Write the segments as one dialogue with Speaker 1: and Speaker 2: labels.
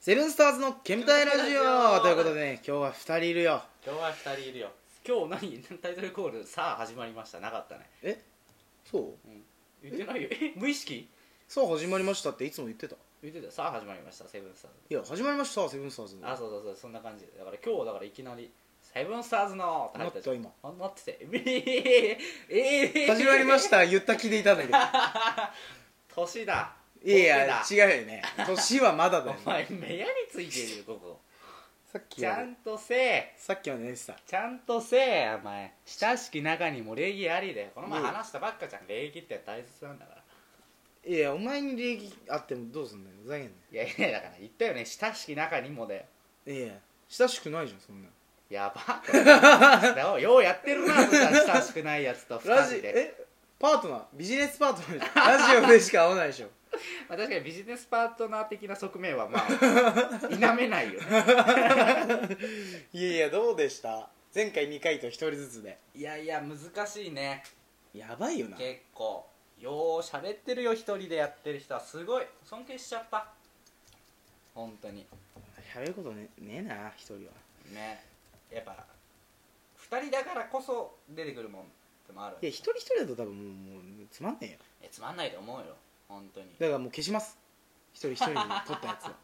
Speaker 1: セブンスターズの煙たいラジオということでね今日は2人いるよ
Speaker 2: 今日は2人いるよ今日何タイトルコールさあ始まりましたなかったね
Speaker 1: そう
Speaker 2: 言ってないよえ無意識
Speaker 1: さあ始まりましたっていつも言ってた
Speaker 2: 言ってたさあ始まりましたセブンスター
Speaker 1: い
Speaker 2: ズ
Speaker 1: や始まりましたセブンスターズ
Speaker 2: あそうそうそうそんな感じでだから今日だからいきなりセブンスターズのって
Speaker 1: な
Speaker 2: 入っ
Speaker 1: ったた今
Speaker 2: あなっててええええ
Speaker 1: 始まりました言った気でい たんだけど
Speaker 2: 年だ
Speaker 1: いや
Speaker 2: 年
Speaker 1: いや違うよね年はまだだよ、
Speaker 2: お
Speaker 1: ね、
Speaker 2: 前目やについてるよここ
Speaker 1: さっき
Speaker 2: ち
Speaker 1: ま
Speaker 2: ゃ
Speaker 1: で
Speaker 2: んとせえ
Speaker 1: さっきまで寝てた
Speaker 2: ちゃんとせえお前親しき中にも礼儀ありでこの前
Speaker 1: うん
Speaker 2: 話したばっかじゃん礼儀って大切なんだから
Speaker 1: いやお前に礼儀あってもどうすんだよふざけん
Speaker 2: いやいやだから言ったよね親しき中にもだよ
Speaker 1: なよいや親しくないじゃんそんな
Speaker 2: やば だからようやってるなそんな親しくないやつと2
Speaker 1: ラジ
Speaker 2: 人で、
Speaker 1: えパートナービジネスパートナーじゃんラジオでしか会わないでしょ
Speaker 2: まあ、確かにビジネスパートナー的な側面はま あ否めないよね
Speaker 1: いやいやどうでした前回2回と1人ずつで
Speaker 2: いやいや難しいね
Speaker 1: やばいよな
Speaker 2: 結構よう喋ってるよ一人でやってる人はすごい尊敬しちゃった本当に
Speaker 1: 喋ることねねえな一人は
Speaker 2: ねやっぱ2人だからこそ出てくるもんでもある
Speaker 1: いや一人一人だと多分もうもうつまんねえよ
Speaker 2: えつまんないと思うよ本当に
Speaker 1: だからもう消します一人一 人に撮ったやつは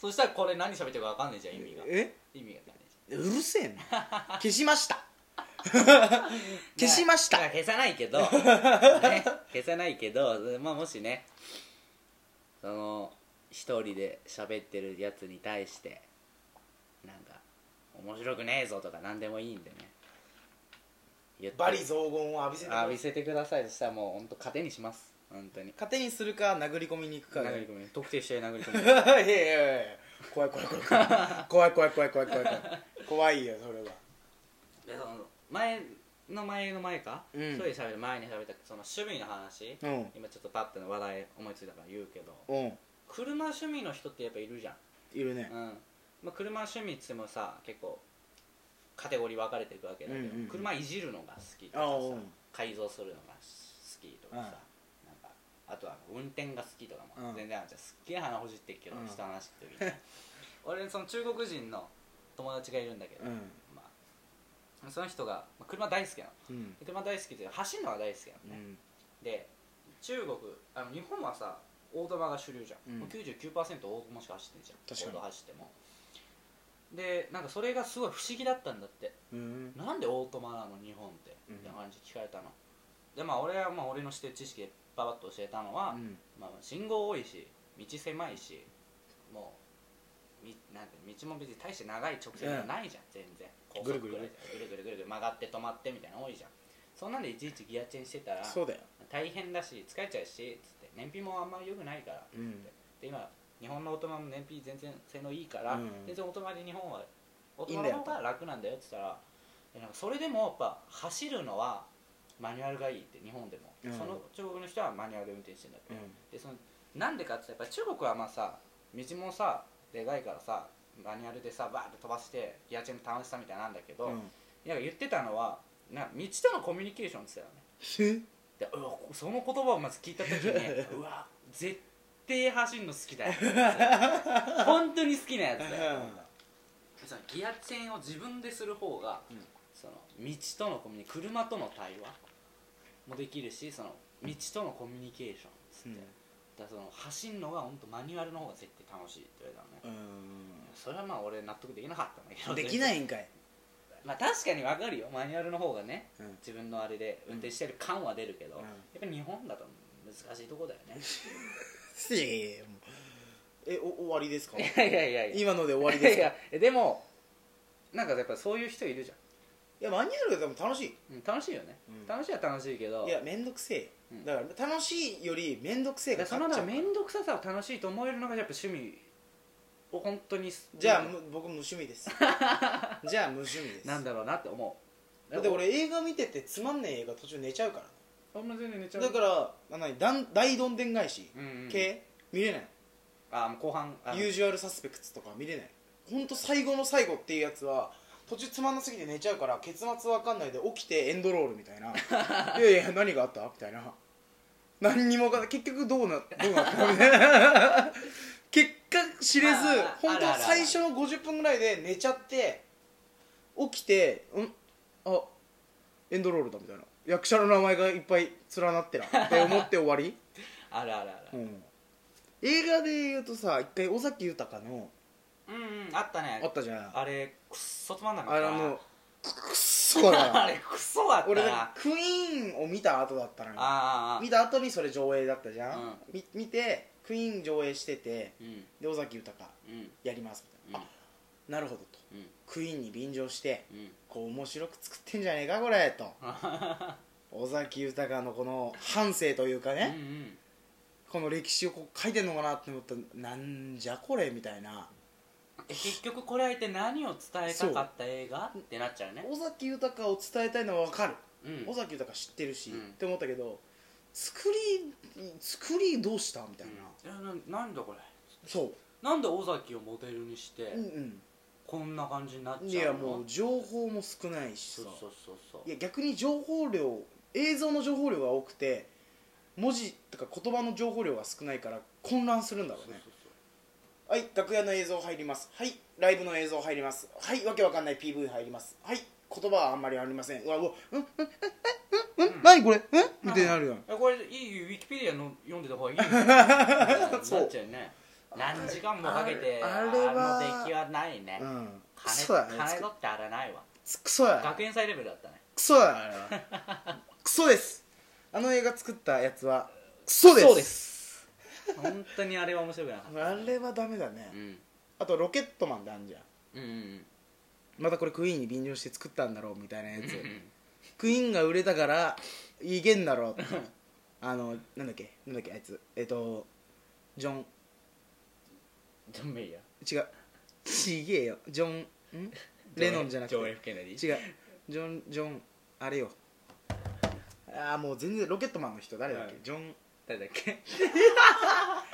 Speaker 2: そしたらこれ何喋ってるか分かんねえじゃん意味が
Speaker 1: え
Speaker 2: 意味が分かんねえじゃん
Speaker 1: うるせえな 消しました消し
Speaker 2: ま
Speaker 1: ました
Speaker 2: 消さない けど、ね、消さないけど、まあ、もしねその一人で喋ってるやつに対してなんか面白くねえぞとか何でもいいんでね言って
Speaker 1: 増言を浴び
Speaker 2: あ見せてくださいそしたらもう本当糧にします本当に
Speaker 1: 糧にするか殴り込みに行くか
Speaker 2: 殴り
Speaker 1: ね
Speaker 2: 込み特定しちゃい殴り込
Speaker 1: い
Speaker 2: み
Speaker 1: やいやいや怖い怖い怖い怖い怖い怖い怖い怖い怖い怖い怖いよそれは
Speaker 2: でその前の前の前か、
Speaker 1: うん
Speaker 2: 一人で喋る前に喋ったその趣味の話
Speaker 1: うん
Speaker 2: 今ちょっとパッての話題思いついたから言うけど
Speaker 1: うん
Speaker 2: 車趣味の人ってやっぱいるじゃん
Speaker 1: いるね
Speaker 2: うんまあ、車趣味っつってもさ結構カテゴリー分かれていくわけだけど、
Speaker 1: うんうんうん
Speaker 2: 車いじるのが好きと
Speaker 1: あ
Speaker 2: か
Speaker 1: あ
Speaker 2: さ
Speaker 1: うん
Speaker 2: 改造するのが好きとかさ、
Speaker 1: うん
Speaker 2: なんかあとは運転が好きとかも、
Speaker 1: うん
Speaker 2: 全然あるじゃんすっげえ鼻ほじってっけど、
Speaker 1: うん
Speaker 2: 人の話聞 く時にね俺その中国人の友達がいるんだけど、
Speaker 1: うん
Speaker 2: まあ、その人がまあ車大好きなの
Speaker 1: うん
Speaker 2: で車大好きで走るのが大好きなのね、
Speaker 1: うん
Speaker 2: で中国あの日本はさオートマが主流じゃ
Speaker 1: う
Speaker 2: ん、
Speaker 1: ん
Speaker 2: もう99%オートマしか走ってんじゃん
Speaker 1: 確かに
Speaker 2: オート走ってもでなんかそれがすごい不思議だったんだって
Speaker 1: うん
Speaker 2: なんでオートマなの日本って
Speaker 1: うん
Speaker 2: みたいな感じで聞かれたの、でまあ俺はまあ俺の知ってる知識でババッと教えたのは、
Speaker 1: うん
Speaker 2: まあ、信号多いし道狭いしもうみなんて道も別に大して長い直線がないじゃん、全然高
Speaker 1: ぐ
Speaker 2: 速
Speaker 1: るぐるね
Speaker 2: ぐるぐるぐるぐる曲がって止まってみたいなの多いじゃんそんなんでいちいちギアチェンしてたら
Speaker 1: そうだよ
Speaker 2: 大変だし疲れちゃうしつって燃費もあんまり良くないから
Speaker 1: うん
Speaker 2: で今日本のオートマも燃費全然性能いいから、
Speaker 1: うん
Speaker 2: 全然オートマで日本はオー
Speaker 1: い
Speaker 2: ト
Speaker 1: いん
Speaker 2: マ
Speaker 1: だ
Speaker 2: の
Speaker 1: よ
Speaker 2: 方が楽なんだよって言ったらえなんかそれでもやっぱ走るのはマニュアルがいいって日本でも、
Speaker 1: うん
Speaker 2: その中国の人はマニュアルで運転してんだって、
Speaker 1: うん
Speaker 2: でそのなんでかって言ったらやっぱ中国はまあさ道もさでかいからさマニュアルでさバーッと飛ばしてギアチェンの楽しさみたいなんだけど、
Speaker 1: う
Speaker 2: なんか
Speaker 1: ん
Speaker 2: 言ってたのはなんか道とのコミュニケーションって言ってた
Speaker 1: へ
Speaker 2: よねでうわその言葉をまず聞いた時 にうわ絶対走るの好きだよ本当に好きなやつだよそのギアチェンを自分でする方が、
Speaker 1: うん
Speaker 2: その道とのコミュニ車との対話もできるしその道とのコミュニケーションっつって、
Speaker 1: うん
Speaker 2: だからその走るのが本当マニュアルの方が絶対楽しいって言われたのね、
Speaker 1: う
Speaker 2: それはまあ俺納得できなかったんだけ
Speaker 1: ん
Speaker 2: ど
Speaker 1: できないいんかい
Speaker 2: まあ確かにわかるよマニュアルの方がね
Speaker 1: うん
Speaker 2: 自分のあれで運転してる感は出るけど、
Speaker 1: うん
Speaker 2: やっぱ日本だと難しいとこだよね
Speaker 1: えお終わりですか
Speaker 2: いやいやいやいや
Speaker 1: 今ので終わり
Speaker 2: い
Speaker 1: で
Speaker 2: や
Speaker 1: す
Speaker 2: い
Speaker 1: か
Speaker 2: やえでもなんかやっぱそういう人いるじ
Speaker 1: いやマニュアルがでも楽しい
Speaker 2: ゃん、うん、楽しいよね、
Speaker 1: うん
Speaker 2: 楽しいは楽しいけど
Speaker 1: いや面倒くせえよ
Speaker 2: うん
Speaker 1: だから楽しいより面倒くせえ
Speaker 2: だか
Speaker 1: が
Speaker 2: らそ
Speaker 1: 勝っちゃ
Speaker 2: の中
Speaker 1: う
Speaker 2: 面倒くささを楽しいと思えるのがやっぱ趣味を本当にす
Speaker 1: じゃあむ僕無趣味です じゃあ無趣味です
Speaker 2: なんだろうなって思う
Speaker 1: だって俺映画見ててつまんねえ映画途中寝ちゃうか
Speaker 2: あんま全然寝ちゃ
Speaker 1: ら
Speaker 2: う
Speaker 1: だからあ何だん大どんでん返し
Speaker 2: うんうん
Speaker 1: 系見れない
Speaker 2: あもう後半あの
Speaker 1: ユージュアルサスペクツとか見れないほんと最後の最後っていうやつは途中つまんなすぎて寝ちゃうから結末わかんないで起きてエンドロールみた いないやいや何があったみたいな 何にもわかんない結局どうなどうなったみたいな結果知れず
Speaker 2: まあまあ
Speaker 1: 本当
Speaker 2: あるあるある
Speaker 1: 最初の50分ぐらいで寝ちゃって起きて「んあエンドロールだ」みたいな役者の名前がいっぱい連なってなって思って終わり、
Speaker 2: あるあるあ
Speaker 1: う
Speaker 2: る
Speaker 1: ん、映画で言うとさ一回尾崎豊の
Speaker 2: うん、うん、あったね
Speaker 1: あったじゃん
Speaker 2: あれくっそつまんなかった
Speaker 1: あれ
Speaker 2: な
Speaker 1: はもうくっそだ
Speaker 2: あ
Speaker 1: な
Speaker 2: れクソだった
Speaker 1: 俺
Speaker 2: な
Speaker 1: だからクイーンを見た後だったのよ
Speaker 2: あーあーあ
Speaker 1: 見た後にそれ上映だったじゃん、
Speaker 2: うん
Speaker 1: み見てクイーン上映してて
Speaker 2: ーうん
Speaker 1: で尾崎豊
Speaker 2: うん
Speaker 1: やりますみたいな、あなるほどと
Speaker 2: うんうん
Speaker 1: クイーンに便乗して
Speaker 2: うん
Speaker 1: こう面白く作ってんじゃねえかこれと尾崎豊のこの半生というか
Speaker 2: うんう
Speaker 1: ね、
Speaker 2: ん
Speaker 1: この歴史をこう書いてんのかなって思ったらなんじゃこれみたいな
Speaker 2: え結局これは一体何を伝えたかった映画ってなっちゃうね
Speaker 1: 尾崎豊を伝えたいのは分かる
Speaker 2: うん
Speaker 1: 尾崎豊知ってるし、
Speaker 2: うん
Speaker 1: って思ったけど作り作りどうしたみたいな、
Speaker 2: えななんだこれ
Speaker 1: そ
Speaker 2: なんで尾崎をモデルにして、
Speaker 1: う、うん
Speaker 2: こんな感じになっ
Speaker 1: うん、い
Speaker 2: ちゃ
Speaker 1: や
Speaker 2: うの
Speaker 1: もう情報も少ないしさ
Speaker 2: そうそうそうそう
Speaker 1: いや逆に情報量映像の情報量が多くて文字とか言葉の情報量が少ないから混乱するんだろうね
Speaker 2: そうそう
Speaker 1: はい楽屋の映像入りますはいライブの映像入りますはいわけわかんない PV 入りますはい言葉はあんまりありませんうわうわうんうんうんうんうん何これうんみたいになるやん
Speaker 2: そうえこれいいウィキペディアの読んでた方がいいよ
Speaker 1: そう
Speaker 2: なっちゃうね何時間もかけて
Speaker 1: あ
Speaker 2: あ
Speaker 1: れは
Speaker 2: の出来はないね、
Speaker 1: うんク
Speaker 2: 金
Speaker 1: ソだね
Speaker 2: 金取ってあれないわ
Speaker 1: つクソだね
Speaker 2: 学園祭レベルだったね
Speaker 1: クソだねあれ はクソですあの映画作ったやつはクソです
Speaker 2: す本当にあれは面白くなかった
Speaker 1: あれはダメだね、
Speaker 2: うん
Speaker 1: あとロケットマンであんじゃん
Speaker 2: うんうん
Speaker 1: またこれクイーンに便乗して作ったんだろうみたいなやつ
Speaker 2: うん
Speaker 1: クイーンが売れたからいけんだろうってあのなんだっけなんだっけあいつえっとジョン
Speaker 2: ジョン・メイヤー
Speaker 1: 違うちげえよジョンんレノンじゃなくて
Speaker 2: ジョン・
Speaker 1: 違
Speaker 2: F ・ケネディ
Speaker 1: うジョンジョンあれよああもう全然ロケットマンの人誰だっけ、
Speaker 2: うん
Speaker 1: ジョン
Speaker 2: 誰だっけ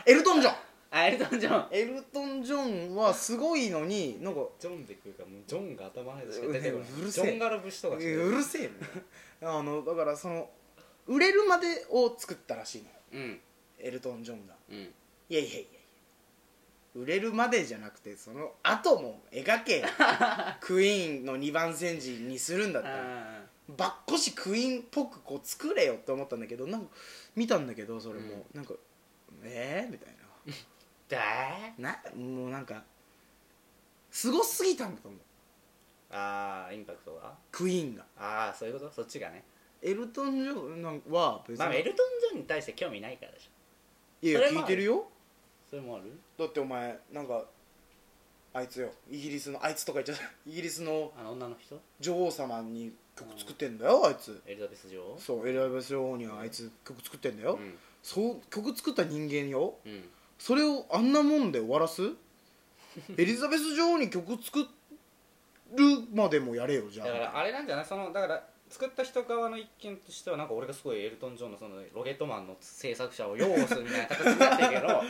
Speaker 1: エルトン・ジョン
Speaker 2: あエルトン・ジョン
Speaker 1: エルトン・ジョンはすごいのになんか
Speaker 2: ジョンで食うからもうジョンが頭のやつしか出てこな
Speaker 1: うる
Speaker 2: いジ
Speaker 1: せえ
Speaker 2: ョンガラ節とか
Speaker 1: う
Speaker 2: しか出てこない
Speaker 1: るせえよ あのだからその売れるまでを作ったらしいのよ
Speaker 2: うん
Speaker 1: エルトン・ジョンが
Speaker 2: うん
Speaker 1: いやいやいやいや売れるまでじゃなくてその後も描 けよクイーンの2番煎じにするんだったら
Speaker 2: あ
Speaker 1: ばっこしクイーンっぽくこう作れよって思ったんだけどなんか見たんだけどそれも、なんか「えー?」みたい
Speaker 2: ーだー
Speaker 1: ななもうなんかすごすぎたんだと思う
Speaker 2: あーインパクトが
Speaker 1: クイーンが
Speaker 2: ああそういうことそっちがね
Speaker 1: エルトン・ジョンなんかは別に、
Speaker 2: まあエルトン・ジョンに対して興味ないからでしょ
Speaker 1: いやい
Speaker 2: そ
Speaker 1: や
Speaker 2: れも
Speaker 1: 聞いてるよ
Speaker 2: それもある
Speaker 1: だってお前なんかあいつよイギリスのあいつとか言っちゃった イギリスの
Speaker 2: あの女の人
Speaker 1: 女王様に曲作ってんだよあいつ
Speaker 2: エリザベス女王
Speaker 1: そうエリザベス女王にはあいつ曲作ってんだよ、
Speaker 2: ん
Speaker 1: そう曲作った人間よ
Speaker 2: うん
Speaker 1: それをあんなもんで終わら すエリザベス女王に曲作るまでもやれよじゃ
Speaker 2: だから
Speaker 1: あ
Speaker 2: あれなんじゃないそのだから作った人側の一見としてはなんか俺がすごいエルトン・ジョンのそのロケットマンの制作者を擁護するみたいな形になってるけ どだか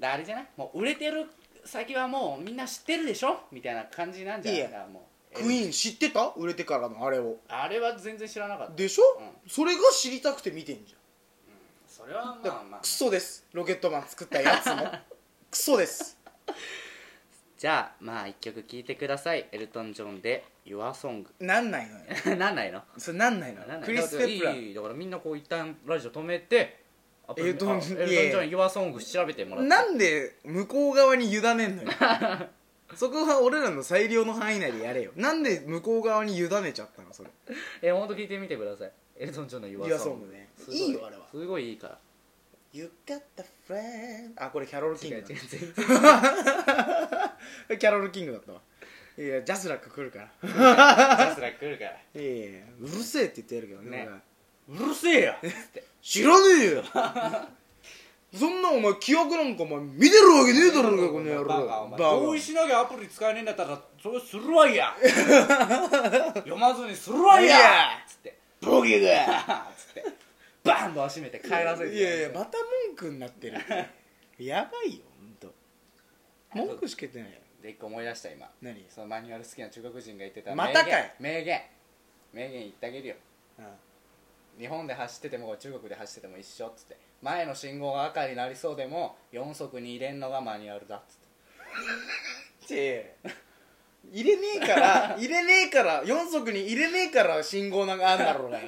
Speaker 2: らあれじゃないもう売れてる先はもうみんな知ってるでしょみたいな感じなんじゃない
Speaker 1: い
Speaker 2: い
Speaker 1: や
Speaker 2: だからもう
Speaker 1: クイーン知ってた売れてからのあれを
Speaker 2: あれは全然知らなかった
Speaker 1: でしょ、
Speaker 2: う
Speaker 1: それが知りたくて見てんじ
Speaker 2: それはま
Speaker 1: ゃんだから
Speaker 2: あまあ
Speaker 1: クソですロケットマン作ったやつ もクソです
Speaker 2: じゃあまあ一曲聴いてくださいエルトン・ジョンで「YourSong
Speaker 1: なんないのよ」
Speaker 2: なんないの
Speaker 1: それなんないの
Speaker 2: なんない
Speaker 1: クリス・ペプラー
Speaker 2: いいだからみんなこう一旦ラジオ止めてアプリ
Speaker 1: エルトン
Speaker 2: あエルトン・ジョン「YourSong」調べてもらって
Speaker 1: なんで向こう側に委ね んのよそこは俺らの裁量の範囲内でやれよなんで向こう側に委ねちゃったのそれ
Speaker 2: え本当聞いてみてくださいエルトン・ジョンの Your
Speaker 1: Your Song
Speaker 2: Song
Speaker 1: ね
Speaker 2: すごい
Speaker 1: いいよあれは
Speaker 2: すごいいいから
Speaker 1: You got the friend あこれキャロル・キン
Speaker 2: 違う
Speaker 1: グ
Speaker 2: 違
Speaker 1: だ
Speaker 2: う全然
Speaker 1: キャロル・キングだったわいやジャスラック来るから
Speaker 2: さすが来るから
Speaker 1: いやいやうるせえって言ってやるけどね
Speaker 2: ね
Speaker 1: 俺は
Speaker 2: うるせえ よっつって
Speaker 1: 知らねえよそんなお前記憶なんかお前見てるわけねえだろうがこの野郎
Speaker 2: バカお
Speaker 1: バカ
Speaker 2: 前同意しなきゃアプリ使えねえんだったらそれするわい や読まずにするわい
Speaker 1: いや
Speaker 2: やっつって
Speaker 1: ボケが
Speaker 2: バーンっつってバンド閉めて帰らせて
Speaker 1: いやいやまた文句になってるやばいよ本当。文句しか言ってないよ
Speaker 2: で一個思い出した今
Speaker 1: 何
Speaker 2: そのマニュアル好きな中国人が言ってた
Speaker 1: またかい
Speaker 2: 名言名言名言言ってあげるよ
Speaker 1: うん
Speaker 2: 日本で走ってても中国で走ってても一緒っつって前の信号が赤になりそうでも4速に入れんのがマニュアルだっつって
Speaker 1: って入れねえ から入れねえから4足に入れねえから信号なんかあんだろうがよ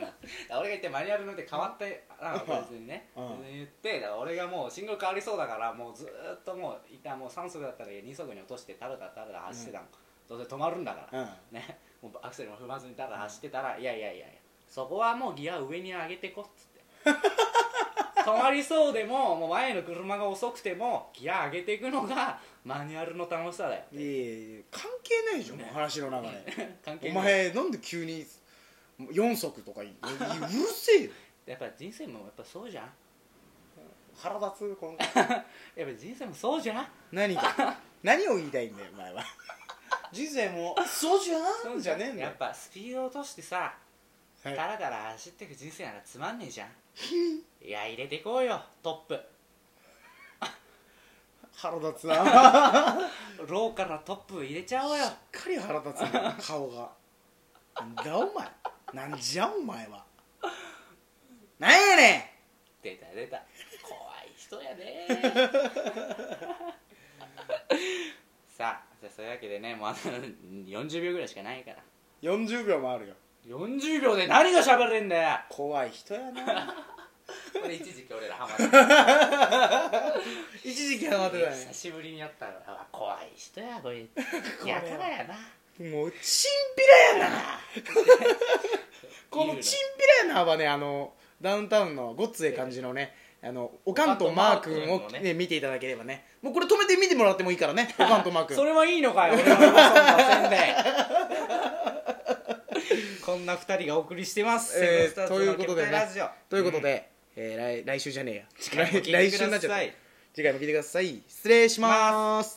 Speaker 2: 俺が言ってマニュアルのって変わってな
Speaker 1: うん
Speaker 2: 別にね、
Speaker 1: うん
Speaker 2: 別に言ってだから俺がもうシングル変わりそうだからもうずーっともう一旦もう3速だったら2速に落としてただただただ走ってたの、どうせ止まるんだから、
Speaker 1: うん
Speaker 2: ね もうアクセルも踏まずにただ走ってたら、いやいやいやいやそこはもうギア上に上げてこっつって 止まりそうでももう前の車が遅くてもギア上げていくのがマニュアルの楽しさだよ
Speaker 1: いやいやいや関係ないでしょもう話 の流れ
Speaker 2: 関係
Speaker 1: お
Speaker 2: ない
Speaker 1: 前なんで急に4足とか言うのう るせえよ
Speaker 2: やっぱ人生もやっぱそうじゃん
Speaker 1: 腹立つこの
Speaker 2: やっぱ人生もそうじゃん
Speaker 1: 何か 何を言いたいんだよお前 は人生もそうじゃんじゃねえんだ
Speaker 2: や
Speaker 1: よ
Speaker 2: っぱスピード落としてさ
Speaker 1: は
Speaker 2: ダ
Speaker 1: い
Speaker 2: ラダラ走ってく人生ならつまんねえじゃんいや入れてこうよトッ
Speaker 1: 腹立 つなし
Speaker 2: プローからトップ入れちゃおうよ
Speaker 1: っかり腹立つな顔がなんだお前なんじゃお前はなんやねん
Speaker 2: 出た出た怖い人や ねさあじゃあそういうわけでねもうあの40秒ぐらいしかないから
Speaker 1: 40秒もあるよ
Speaker 2: 40秒で何が喋れんだよ
Speaker 1: 怖い人やな
Speaker 2: これ一時期俺らハマっ て
Speaker 1: 一時期ハマってた
Speaker 2: た
Speaker 1: ね
Speaker 2: 久しぶりにやったらあ怖い人やこれ やたらやな
Speaker 1: もうチンピラや なこのチンピラやなはねあのダウンタウンのごっつええ感じのねあのおかんとマー君
Speaker 2: おかんとマー
Speaker 1: を、
Speaker 2: 君の
Speaker 1: ね見ていただければねもうこれ止めて見てもらってもいいから ねおかんとマー君
Speaker 2: それはいいのかよ俺のそんな宣 伝こんな二人がお送りしてます、
Speaker 1: えー
Speaker 2: セブンスターズ
Speaker 1: ということでね
Speaker 2: の決定ラジオ
Speaker 1: ということで、えー来来週じゃねえや
Speaker 2: 回も聞いてください
Speaker 1: 来来週になっちゃった次回も聞いてください失礼します